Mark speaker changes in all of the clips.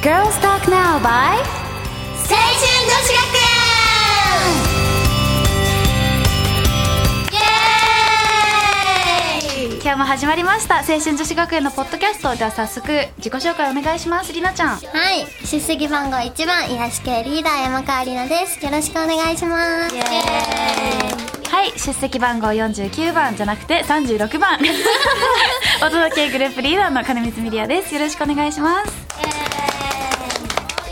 Speaker 1: Girls Talk Now by
Speaker 2: 青春女子学園イエーイ
Speaker 1: 今日も始まりました青春女子学園のポッドキャストでは早速自己紹介お願いしますりなちゃん
Speaker 2: はい出席番号1番癒し系リーダー山川里奈ですよろしくお願いしますイエー
Speaker 1: はい出席番号49番じゃなくて36番 お届けグループリーダーの金光ミリアですよろしくお願いします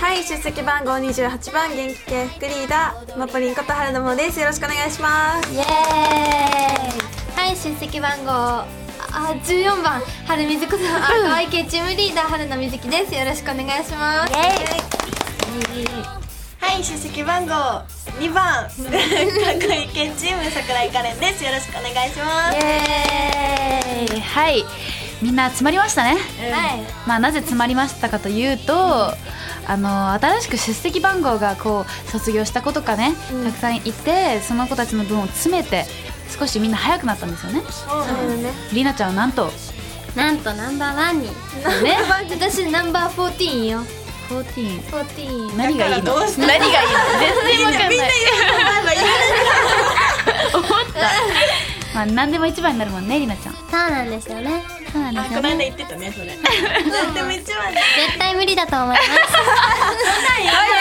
Speaker 3: はい、出席番号28番元気系副リーダーマポリンこと原田もです。よろしくお願いします。
Speaker 2: イエーイはい出席番号あ14番春水子さん RIK チームリーダー春野瑞希ですよろしくお願いしますイエーイ
Speaker 3: はい、出席番号2番かっこいい系チーム桜井カレンです。よろしくお願いします。
Speaker 1: えーはいみんな詰まりましたね
Speaker 2: はい
Speaker 1: まあ、なぜ詰まりましたかというと、あの新しく出席番号がこう卒業した子とかね、たくさんいてその子たちの分を詰めて少しみんな早くなったんですよね
Speaker 3: そうだね。
Speaker 1: りなちゃんはなんと
Speaker 2: なんとナンバーワンに
Speaker 1: ね
Speaker 2: 私ナンバーフォーティーンよ
Speaker 1: 14
Speaker 2: フォーティーン
Speaker 1: 何がいいの
Speaker 3: だからどう
Speaker 1: 何
Speaker 3: し
Speaker 1: がいいの全然わかんない 思ったまあ何でも一番になるもんねり なちゃん
Speaker 2: そうなんですよね
Speaker 1: そうなんで
Speaker 3: あ、
Speaker 1: す
Speaker 3: こ
Speaker 1: よ
Speaker 3: の間
Speaker 1: ね
Speaker 3: 言ってたね、それ。なんでも一番だ。
Speaker 2: 絶対無理だと思います
Speaker 1: ダメダメ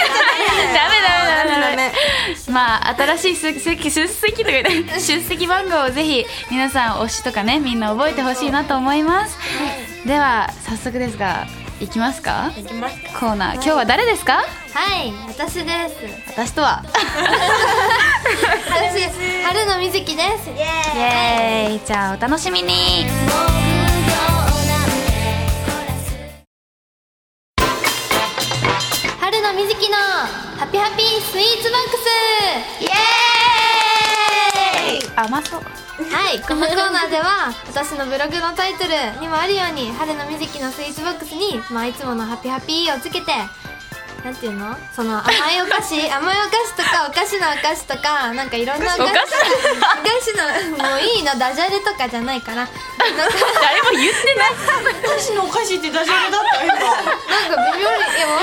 Speaker 1: ダメ
Speaker 3: ダメ。
Speaker 1: まあ新しい出席出席とか言って出席番号をぜひ皆さん推しとかねみんな覚えてほしいなと思います、では早速ですがいきますか
Speaker 3: 行きますか。
Speaker 1: コーナー今日は誰ですか
Speaker 2: はい私です
Speaker 1: 私とは
Speaker 2: 私春野瑞希ですイエ
Speaker 1: イエーイじゃあお楽しみに
Speaker 2: 春野瑞希のハピハピスイーツバックスイエーイ
Speaker 1: 甘そう
Speaker 2: はい、このコーナーでは私のブログのタイトルにもあるように春のみずきのスイーツボックスに、まあ、いつものハピハピをつけてなんていうのその甘いお菓 子甘いお菓子とかお菓子のお菓子とかなんかいろんなお菓
Speaker 1: お
Speaker 2: 子
Speaker 1: 菓子
Speaker 2: お菓子のもういいのダジャレとかじゃないからなんか
Speaker 1: 誰も言ってない
Speaker 3: 私のお菓子ってダジャレだったよ
Speaker 2: なんか微妙にいやも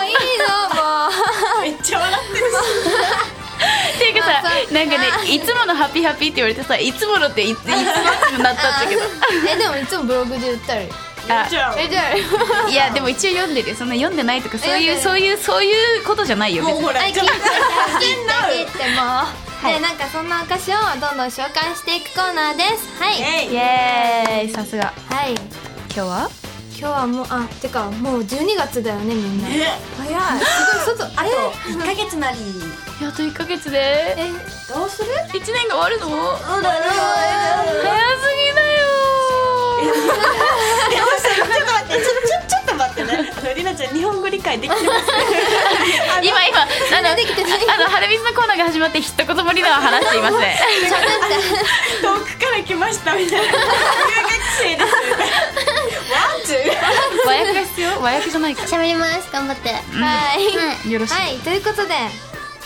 Speaker 2: ういいのもう
Speaker 3: 今。め
Speaker 2: いいのもう
Speaker 3: っちゃ笑ってるし。
Speaker 1: っていうかさ
Speaker 2: まあそう
Speaker 1: なんか
Speaker 2: あ
Speaker 1: ねいつものハピハピって言われてさいつものっていいついつもってなったんだけど
Speaker 2: えでもいつもブログで言ったり
Speaker 3: 言っちゃ
Speaker 2: えじゃ
Speaker 1: あいやでも一応読んでるよそんな読んでないとかそういうそう
Speaker 2: 読
Speaker 1: いうそういうことじゃないよ
Speaker 3: う。
Speaker 1: 別に
Speaker 3: もうほら、
Speaker 2: あ
Speaker 3: ちょっと。
Speaker 2: 切ってもう、
Speaker 1: い
Speaker 2: でなんかそんなお菓子をどんどん紹介していくコーナーですはい
Speaker 3: イ
Speaker 1: イ
Speaker 3: エイ
Speaker 1: エーイさすが
Speaker 2: はい
Speaker 1: 今日は
Speaker 2: 今日はもうあてかもう12月だよねみんなす
Speaker 3: え
Speaker 2: ごい外あと
Speaker 3: 一ヶ月なり。
Speaker 1: いやあと1ヶ月で
Speaker 2: えどうする
Speaker 1: 1年が終わるの早
Speaker 3: そうだ
Speaker 1: すぎだよ
Speaker 3: えどうしたのちょっと待って、ちょ、ちょ、ちょっと待ってね。あのりなちゃん、日本語理解できてます。
Speaker 1: 今今あの
Speaker 2: できてない
Speaker 1: あの春水のコーナーが始まって一言もリナは話していません
Speaker 3: 遠くから来ましたみたいな留学生ですみたいなワン
Speaker 1: 和訳が必要和訳じゃないか
Speaker 2: 喋ります頑張ってはい、はい
Speaker 1: よろしい
Speaker 2: はいということで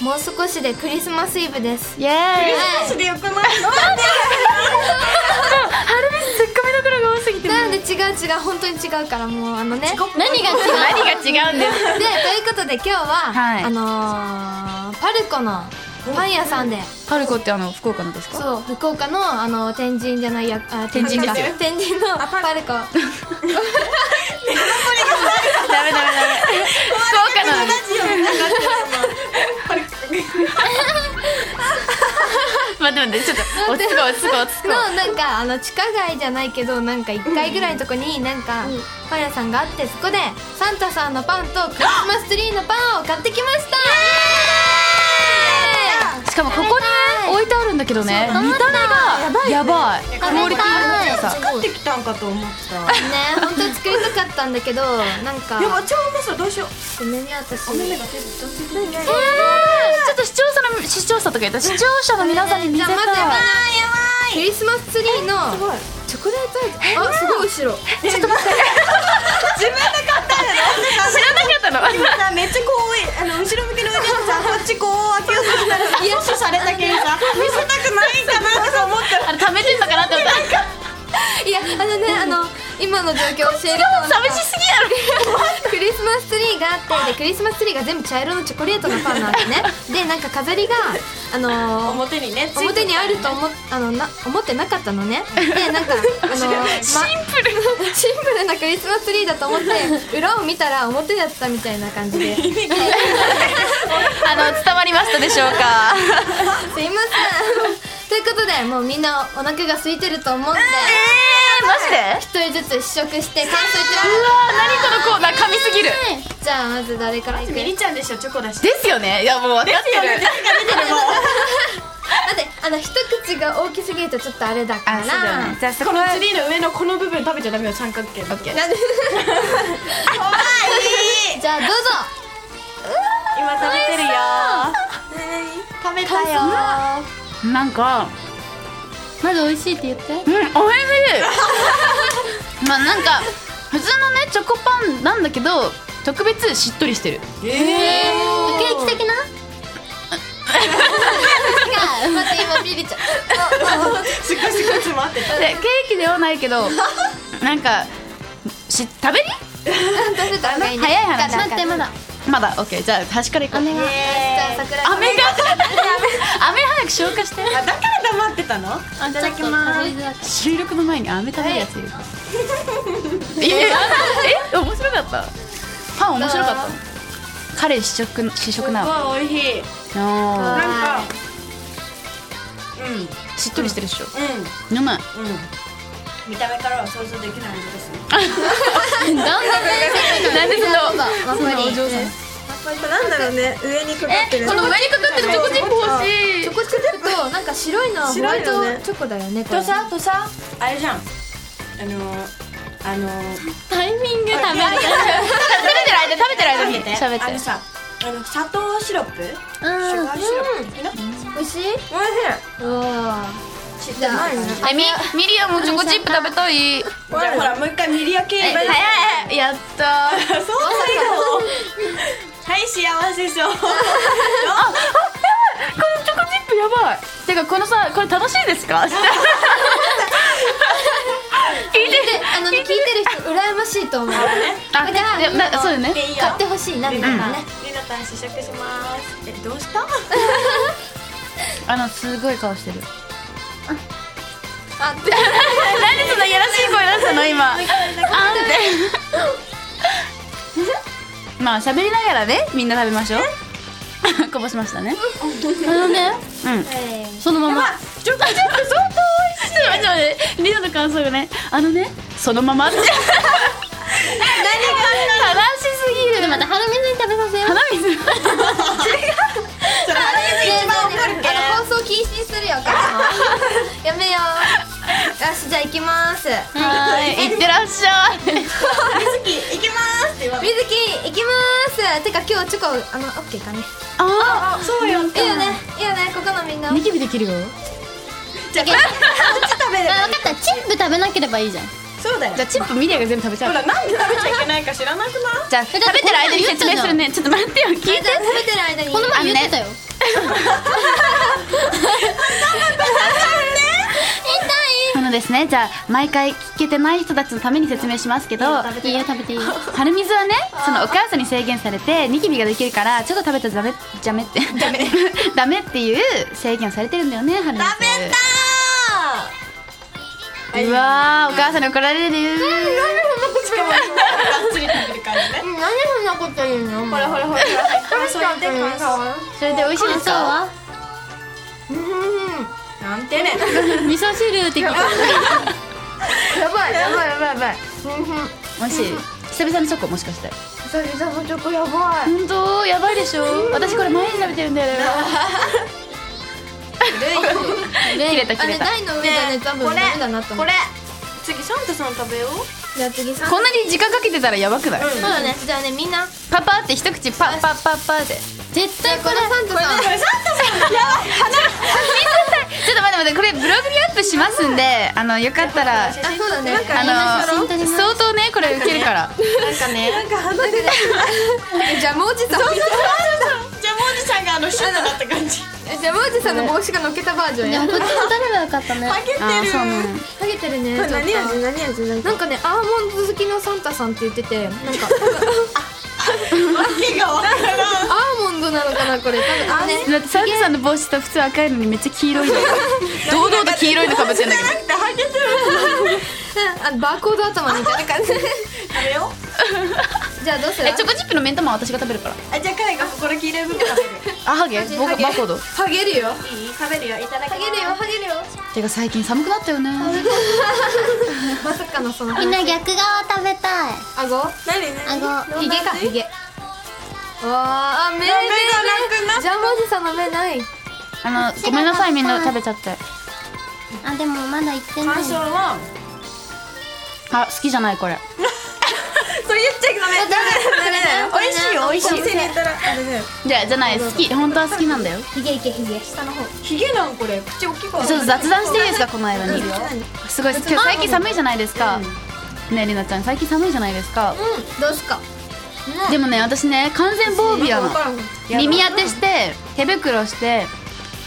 Speaker 2: もう少しでクリスマスイブです
Speaker 1: イエーイ
Speaker 3: ツーでよくない
Speaker 1: 春水ツッコミどころが多すぎて
Speaker 2: なので違う違う本当に違うからもうあのね何が違う
Speaker 1: 何が違うんです
Speaker 2: でということで今日は、
Speaker 1: はい
Speaker 2: あのーパルコのパン屋さんで
Speaker 1: パルコってあの福岡のですか
Speaker 2: そう福岡のあの天神じゃないやあ天神か
Speaker 1: 天神
Speaker 2: 天神のパルコ
Speaker 1: ダメダメダメ福岡の 待って待ってちょっと落ち着こう落ち着こう落ち着こ
Speaker 2: のなんかあの地下街じゃないけどなんか1階ぐらいのとこになんかパン屋さんがあってそこでサンタさんのパンとクリスマスツリーのパンを買ってきました
Speaker 1: うしかもここにね置いてあるんだけどね見た目がやばいクオリティの高さ
Speaker 3: 買ってきたんかと思った
Speaker 2: ね本当に作りたかったんだけどなんか
Speaker 3: でも超うまそうどうしよう
Speaker 2: ごめんね私
Speaker 3: お目目が全部どうしよう
Speaker 1: えーちょっと視聴者の視聴者とか言った視聴者の皆さんに見
Speaker 2: じ
Speaker 1: せ
Speaker 2: ゃあ
Speaker 1: たい
Speaker 2: まずは
Speaker 3: ば
Speaker 2: クリスマスツリー
Speaker 3: す
Speaker 2: の
Speaker 3: ごい
Speaker 2: チョコレートアイスあすごい後
Speaker 3: ち
Speaker 2: ろ
Speaker 3: ょっと待って自分で買ったんや
Speaker 1: 知らなかったの
Speaker 3: ろさめっちゃこうあの後ろ向きの腕をさこっちこう開けようとしたら癒しされたけんさ見せたくないんかなとか思ったら
Speaker 1: あれ貯めてんのかなって思っ
Speaker 2: いやあのねあの今の状況教えると寂しすぎ やろクリスマスツリーがあってでクリスマスツリーが全部茶色のチョコレートのパンなわけねでなんか飾りがあのー
Speaker 3: 表にねついて
Speaker 2: 表にあると思っあのな思ってなかったのねでなんかあ のシンプルシンプルなクリスマスツリーだと思って裏を見たら表だったみたいな感じですいま
Speaker 1: あの伝わりましたでしょうか
Speaker 2: せんということでもうみんなお腹が空いてると思って
Speaker 1: えー、マジで
Speaker 2: 一人ずつ試食して
Speaker 1: う
Speaker 2: 感想言って
Speaker 1: わー何このコーナー噛みすぎる
Speaker 2: ますはいじゃあまず誰からいく
Speaker 3: ミリちゃんでしょチョコだし
Speaker 1: ですよねいやもう分かってる
Speaker 2: 待ってあの一口が大きすぎるとちょっとあれだから
Speaker 1: じゃあそ
Speaker 3: こ
Speaker 1: こ
Speaker 3: の
Speaker 1: は
Speaker 3: ツリーの上のこの部分食べちゃダメよ三角形
Speaker 1: オッケー
Speaker 2: なんで
Speaker 3: 怖い
Speaker 2: じゃあどうぞ
Speaker 3: 今食べてるよ食べたよ
Speaker 1: なんか
Speaker 2: まず美味しいって言って
Speaker 1: うんおいしい まあなんか普通のねチョコパンなんだけど特別しっとりしてる
Speaker 3: ええ
Speaker 2: ケーキ的な違う待って今ビリちゃん
Speaker 3: すっごいすっごい詰まってた
Speaker 1: でケーキではないけ どなんかし食べ
Speaker 2: 食べた方がいいね
Speaker 1: 早い話
Speaker 2: 待ってまだ
Speaker 1: にまだオッケーじゃあ端からいこう
Speaker 2: じゃあ
Speaker 3: え
Speaker 2: 桜
Speaker 1: 飴が飴早く消化して
Speaker 3: だから黙ってたの
Speaker 2: いただきます
Speaker 1: 収録の前に飴食べるやついるいや え面白かったパン面白かったの彼試食試食なの
Speaker 3: すごい美味しい
Speaker 1: あ
Speaker 3: な
Speaker 2: は
Speaker 3: んかうん
Speaker 1: ーしっとりしてるっしょ
Speaker 3: う
Speaker 1: 飲まない
Speaker 3: んうん見た目からは想像できない味ですね
Speaker 2: どんどん
Speaker 1: なんでその
Speaker 2: マフリ
Speaker 1: 嬢さん
Speaker 3: なんだろうね上にかかってる
Speaker 1: この上にかかってるチョコチップ欲しい
Speaker 2: チョコチップとなんか白いのはホワイト
Speaker 3: 白いよね
Speaker 2: チョコだよねことれ
Speaker 3: さとさあれじゃんあのー、あのー、
Speaker 2: タイミング食べる
Speaker 1: 食べてる間食べてる間に喋
Speaker 3: あの
Speaker 1: って
Speaker 3: さあの砂糖シロップシ
Speaker 2: う
Speaker 3: ュ
Speaker 2: ん
Speaker 3: ガーシロップいいな
Speaker 2: 美味しい
Speaker 3: おいし
Speaker 2: うわ
Speaker 3: い知ってないね
Speaker 1: えみミリアもチョコチップ食べたい
Speaker 3: じゃあほらもう一回ミリア系
Speaker 1: え
Speaker 3: バージョン
Speaker 1: 早いやったー
Speaker 3: そうだよはい幸せそう
Speaker 1: これチョコチップやばいてかこのさこれ楽しいですか聞いて
Speaker 2: であのね聞いてる人羨ましいと思う
Speaker 1: あ
Speaker 2: じゃあ
Speaker 1: でもな
Speaker 2: あの
Speaker 1: そうよね
Speaker 3: でいいよ
Speaker 2: 買ってほしいなみ
Speaker 3: り
Speaker 2: たい
Speaker 3: な
Speaker 2: な
Speaker 3: たん
Speaker 2: ね
Speaker 3: りなたん試食しますえどうした
Speaker 1: あのすごい顔してる
Speaker 2: あで
Speaker 1: 何でそんないやらしい声出したの今あん ってまあ喋りながらねみんな食べましょう こぼしましたねあのねうんそのままちょっとちょっと相当美味しいちょっと待って待ってリナの感想がねあのねそのままって何が悲しすぎる
Speaker 2: でまた花水に食べさせよう
Speaker 1: 鼻水
Speaker 3: それ一番怒るけど
Speaker 2: あの放送禁止にするよこれも やめようよしじゃあ行きます
Speaker 1: はい、いってらっしゃい。
Speaker 3: 水木行きますって言われ
Speaker 2: みずき行きますてか今日チョコあのオッケーかね
Speaker 1: あ
Speaker 3: あそうよ
Speaker 2: いいよねいいよねここのみんな
Speaker 1: あ、ニキビできるよ。
Speaker 3: じゃあこっち食べればいい
Speaker 2: かったチップ食べなければいいじゃん
Speaker 3: そうだよ
Speaker 1: じゃあチップミリアが全部食べちゃ
Speaker 3: ほ
Speaker 1: う。
Speaker 3: らなんで食べちゃいけないか知らなくない
Speaker 1: じゃあ食べてる間に説明するね。ちょっと待ってよ。聞いて。
Speaker 2: 食べてる間にこの
Speaker 1: 前言ってた
Speaker 2: よ
Speaker 1: あのですね、じゃあ毎回聞けてない人たちのために説明たますけど、
Speaker 2: いいよ食べていいよ
Speaker 1: 春水はね、そのお母さんに制限されてニキビができるから、ちょっと食べたらダメ、ダメって、ダメ、 ダメっていう制限をされてるんだよね、春水。
Speaker 3: 食べた
Speaker 1: うわー、お母さんに怒られる。
Speaker 3: しかもがっつり食べる感じね
Speaker 2: 何そんなこと言うの
Speaker 3: ほらほらほらそうやって感想
Speaker 1: それで美味しいですか。
Speaker 3: なんてね
Speaker 1: 味噌汁 的。
Speaker 2: やばいやばいやばいやばい
Speaker 1: 美味しい。久々のチョコもしかして。
Speaker 2: 久々のチョコやばい
Speaker 1: 本当やばいでしょ私これ毎日食べてるんだよ切れた切れた
Speaker 2: あれ台の上がね多分ダメだなと
Speaker 3: こ
Speaker 2: 思う
Speaker 3: れ次サンタさん食べよう
Speaker 2: じゃあ次さ
Speaker 1: こんなに時間かけてたらやばくない、
Speaker 2: そうだねじゃあねみんな
Speaker 1: パパって一口パッパッパッパッって
Speaker 2: 絶対これサンタさん
Speaker 3: これサンタさんやばい
Speaker 1: ちょっと待って待ってこれブログにアップしますんであのよかったらあ
Speaker 2: あそうだね
Speaker 3: なんか
Speaker 1: の
Speaker 2: 本当に
Speaker 1: 相当ねこれウケるから
Speaker 3: なんかねなんか
Speaker 2: じゃあもうちょっ
Speaker 3: じ
Speaker 2: と
Speaker 3: ゃあもうおじちゃんがあのシュッとなった感じ
Speaker 2: えじゃあマーチさんの帽子がのっけたバージョン
Speaker 1: でも
Speaker 2: や
Speaker 1: こっちも取ればよかったね
Speaker 3: ハゲてる
Speaker 1: あーそうなの
Speaker 2: かけてるね
Speaker 3: これ
Speaker 2: ちょっと
Speaker 3: 何味なん
Speaker 2: なんかねアーモンド好きのサンタさんって言っててなんか
Speaker 3: わけがわからん
Speaker 2: アーモンドなのかなこれ多分あね
Speaker 1: だってサンタさんの帽子と普通赤いのにめっちゃ黄色いの堂々と黄色いのかぶってん だけど
Speaker 3: なくてハゲてる
Speaker 2: あバーコード頭みたいな感 じ
Speaker 3: 食べよ
Speaker 2: じゃあどうする
Speaker 1: えチョコチップの目ん玉は私が食べるから
Speaker 3: あじゃあカイがこれ黄色い部分食べる
Speaker 1: あハゲ僕バ
Speaker 2: ハゲ
Speaker 1: ーコード
Speaker 2: ハゲるよハ
Speaker 3: いい食べるよいただきます
Speaker 2: ゲるよハゲるよ
Speaker 1: てか最近寒くなったよね
Speaker 2: まさかのその
Speaker 4: みんな逆側食べたい
Speaker 2: 顎
Speaker 4: あ
Speaker 3: 何何
Speaker 4: ご
Speaker 2: ヒゲかヒゲあーあ目目
Speaker 3: 目がなくなった
Speaker 2: ジャムおじさんの目ない
Speaker 1: あのごめんなさいみんな食べちゃって
Speaker 4: あでもまだ行ってない
Speaker 3: 感想は
Speaker 1: あ好きじゃないこれ
Speaker 3: それ言っちゃダメ
Speaker 4: ダメ
Speaker 3: 美味しいよ美味しいお店に行ったらあれだよ
Speaker 1: じゃあじゃない好き本当は好きなんだよ
Speaker 4: ヒゲいけヒゲ下の方
Speaker 3: ヒゲなんこれ口大きくは
Speaker 1: ちょっと雑談していいですかこの間にすごい今日最近寒いじゃないですかねえりなちゃん最近寒いじゃないですか
Speaker 2: うんどうすか
Speaker 1: でもね私ね完全防備なの
Speaker 2: 分からんこ
Speaker 1: 耳当てして手袋して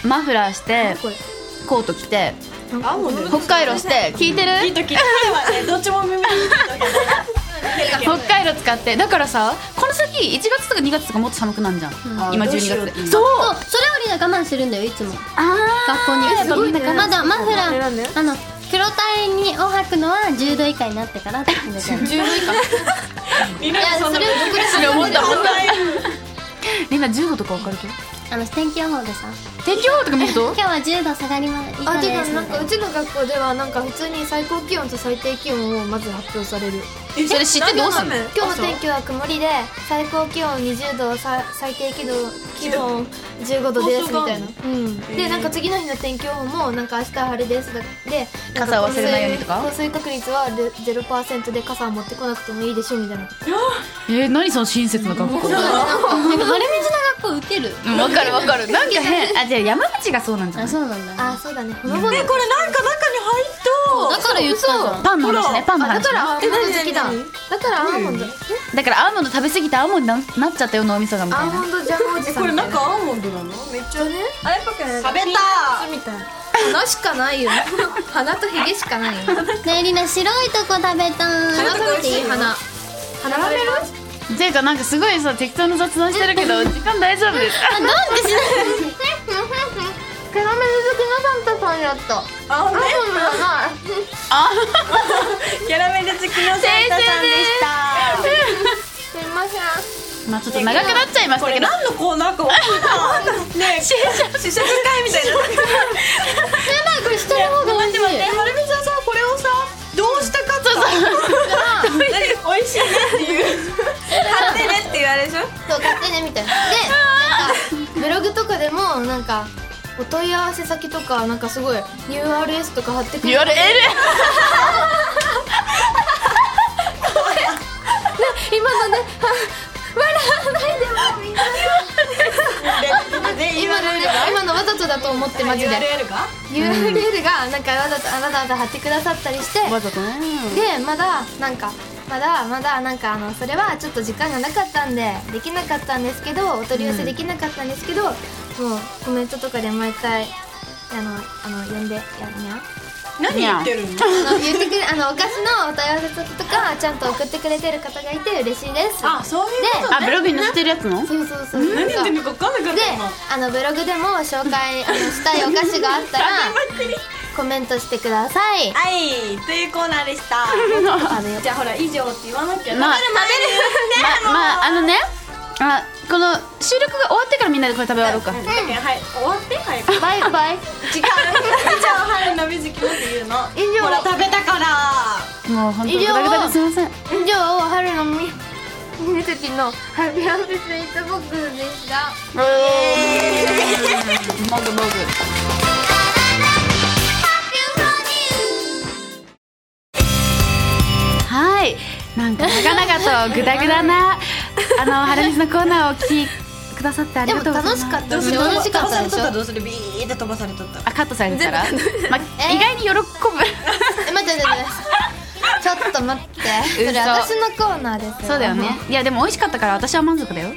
Speaker 1: マフラーして
Speaker 2: れ
Speaker 1: コート着て
Speaker 3: アーモンド
Speaker 1: 北海道して聞いてる
Speaker 3: 聞いとき彼はねどっちも耳に
Speaker 1: 北海道使ってだからさこの先1月とか2月とかもっと寒くなんじゃん、今12
Speaker 3: どうしよう
Speaker 1: 月でそう
Speaker 4: そうそれより我慢するんだよいつも
Speaker 1: あ
Speaker 4: 学校に
Speaker 1: やっぱみんな
Speaker 4: まだマフラ
Speaker 2: なんでなん
Speaker 4: ーあの黒タイにを履くのは10度以下になってからって決めてるい
Speaker 2: 十分以下
Speaker 3: みんな
Speaker 4: や
Speaker 3: そ
Speaker 4: そ
Speaker 3: んな
Speaker 4: れを作るし
Speaker 1: 思った
Speaker 3: 問題
Speaker 1: みんな10度とか分かるけど
Speaker 4: あの天気予報でさ
Speaker 1: 天気予報とか見ると
Speaker 4: 今日は10度下がりま以
Speaker 2: あ
Speaker 4: 下
Speaker 2: て
Speaker 4: で
Speaker 2: か
Speaker 4: す
Speaker 2: なん
Speaker 4: みたいう
Speaker 2: か
Speaker 4: な
Speaker 2: ちの学校ではなんか普通に最高気温と最低気温をまず発表される
Speaker 1: それ知ってどうすんの
Speaker 3: え
Speaker 2: 今日の天気は曇りで最高気温20度さ最低気温気温15度ですみたいな
Speaker 3: あ、
Speaker 2: うん、でなんか次の日の天気予報もなんか明日晴れですだでなんか
Speaker 1: 傘を忘れないようにとか
Speaker 2: 降水降水確率はゼゼロパーセントで傘は持ってこなくてもいいでしょみたいな
Speaker 1: えー、何その親 切な学校うん
Speaker 4: なんか晴れ水の学校受ける
Speaker 1: 分かる分かるなんか変 あじゃあ山口がそうなんじゃ
Speaker 4: あ
Speaker 1: ない
Speaker 4: そうなんだ
Speaker 2: あそうだねほのぼ
Speaker 3: こ
Speaker 2: の
Speaker 3: れなんか中に入
Speaker 4: だから言ったじゃん
Speaker 1: パンの話ねパンの
Speaker 2: だ
Speaker 1: 話
Speaker 2: からアーモンド好きだ
Speaker 3: え何何
Speaker 2: だからアーモンド
Speaker 1: だからアーモンド食べ過ぎてアーモンドにななっちゃったよ脳みそがみた
Speaker 2: ア
Speaker 1: い
Speaker 2: ー
Speaker 1: な
Speaker 2: モンドジャムおじ
Speaker 3: っと
Speaker 2: さん
Speaker 3: これ
Speaker 2: みた
Speaker 3: ないんか
Speaker 2: な
Speaker 3: アーモンドなのめっちゃ
Speaker 2: ね
Speaker 3: あれっぽくない食べ
Speaker 2: みたいな鼻しかないよ鼻とヒゲしかないよ鼻
Speaker 4: ねえりな白いとこ食べた い
Speaker 2: 食べていい鼻鼻食べる
Speaker 1: ていうかなんかすごいさ適当な雑談してるけ ど時間大丈夫ですか
Speaker 2: キャラメル好きのサンタさんやった。
Speaker 3: たあね
Speaker 2: あ、
Speaker 1: あ
Speaker 3: キャラメル好きのサンタさんでした
Speaker 2: すいません。
Speaker 1: まあちょっと長くなっちゃいました
Speaker 3: これ
Speaker 1: けど
Speaker 3: 何のコーナーか分かんない ねえ試写会みたいな
Speaker 2: これしてる方が美味しい。
Speaker 3: えはるみさんさこれをさどうしたかったの何美味しいねっていう買ってねって言われるでしょ
Speaker 2: そう買ってねみたいな。で、なんかブログとかでもなんかお問い合わせ先とかなんかすごい URS とか貼ってくれる。
Speaker 1: URL
Speaker 2: 今のね、笑わないでもみんな。
Speaker 3: で
Speaker 2: 今のね
Speaker 3: URL が
Speaker 2: 今のわざとだと思ってマジで。
Speaker 3: URL が
Speaker 2: URL がなんかわざとあなたわざ貼ってくださったりして。
Speaker 1: わざとね
Speaker 2: でまだなんかまだまだなんかあのそれはちょっと時間がなかったんでできなかったんですけどお取り寄せできなかったんですけど、もうコメントとかで毎回あのあの呼んでやにゃん
Speaker 3: 何言ってるの
Speaker 2: あの言ってくれあのお菓子のお問い合わせ先とかちゃんと送ってくれてる方がいて嬉しいです
Speaker 3: あそういうこ と
Speaker 1: あブログに載せてるやつの
Speaker 2: そうそうそう
Speaker 3: 何言ってんのか分かんなかっ
Speaker 2: で
Speaker 3: た今
Speaker 2: あのブログでも紹介あのしたいお菓子が あったらコメントしてください
Speaker 3: はいというコーナーでした
Speaker 2: あのよ
Speaker 3: じゃあほら以上って言わなきゃ食べる
Speaker 1: まあ
Speaker 3: 食
Speaker 1: ままああのねあこの収録が終わってからみんなでこれ食べ終わろうか
Speaker 3: べるねもうはい終わってはい違う
Speaker 2: バイバイ
Speaker 3: 以上春のみずきのっていうの
Speaker 2: 以上
Speaker 3: ほら食べたから
Speaker 1: もう本当グダグダですいません
Speaker 2: 以上春のみみずきのハピーハピースイートボックスでした
Speaker 1: もぐもぐはい、なんか長々とグダグダなあのハラミスのコーナーをお聞きくださってあり
Speaker 2: で
Speaker 1: が
Speaker 2: も
Speaker 1: とうございます。
Speaker 2: 楽しかった
Speaker 3: どうする
Speaker 2: 楽しかったでし
Speaker 3: 飛ばされと
Speaker 2: ょ
Speaker 3: たどうするビーって飛ばされとった
Speaker 1: あカットされてたら、ま
Speaker 2: えー
Speaker 1: 意外に喜ぶ。
Speaker 2: え待って待って待ってちょっと待ってそれ
Speaker 1: 嘘
Speaker 2: 私のコーナーです
Speaker 1: そうだよね。いやでも美味しかったから私は満足だよ。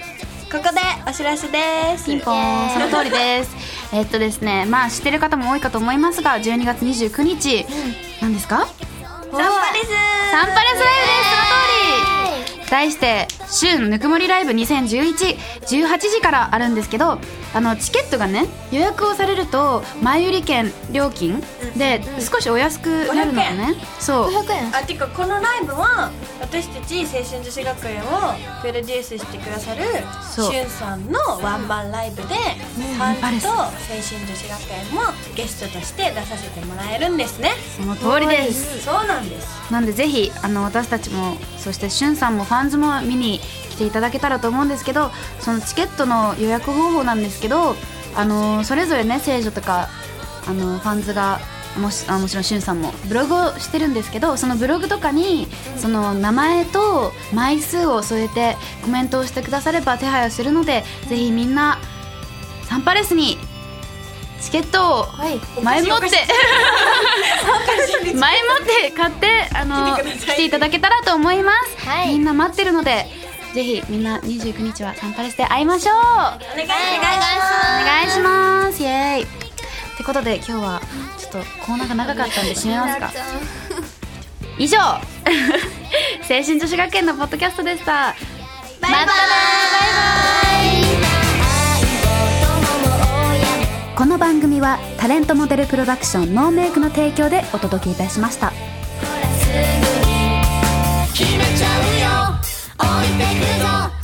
Speaker 3: ここでお知らせです
Speaker 1: ピンポーンその通りです えっとですねまあ知ってる方も多いかと思いますが12月29日なんですか
Speaker 3: サンパレス
Speaker 1: サンパレスライブですその通り題して「週のぬくもりライブ2011」18時からあるんですけどあのチケットがね予約をされると前売り券料金で少しお安くなるのねそう
Speaker 2: 500円
Speaker 3: あてかこのライブは私たち青春女子学園をプロデュースしてくださるし
Speaker 1: そう
Speaker 3: ゅんさんのワンマンライブで
Speaker 1: ワ
Speaker 3: サ
Speaker 1: ンパレ
Speaker 3: ン
Speaker 1: ス
Speaker 3: と青春女子学園もゲストとして出させてもらえるんですね
Speaker 1: その通りです
Speaker 3: そうなんです
Speaker 1: なんでぜひあの私たちもそしてしゅんさんもファンズも見に来ていただけたらと思うんですけどそのチケットの予約方法なんですけどあのそれぞれね聖女とかあのファンズがもしあもちろんしゅんさんもブログをしてるんですけどそのブログとかにその名前と枚数を添えてコメントをしてくだされば手配をするのでぜひみんなサンパレスにチケット
Speaker 2: はい
Speaker 1: を前もって
Speaker 3: お
Speaker 1: 前もって買ってあの
Speaker 3: 来てくださ
Speaker 1: 来
Speaker 3: い
Speaker 1: ていただけたらと思います、
Speaker 2: はい
Speaker 1: みんな待ってるのでぜひみんな29日はサンパレスで会いましょうお
Speaker 3: 願いし
Speaker 1: 願いしますイエーイってことで今日はちょっとコーナーが長かったんで締めますか以上 青春女子学園のポッドキャストでしたバイバイ
Speaker 5: この番組はタレントモデルプロダクションノーメイクの提供でお届けいたしました
Speaker 6: 決めちゃうよ置いてくぞ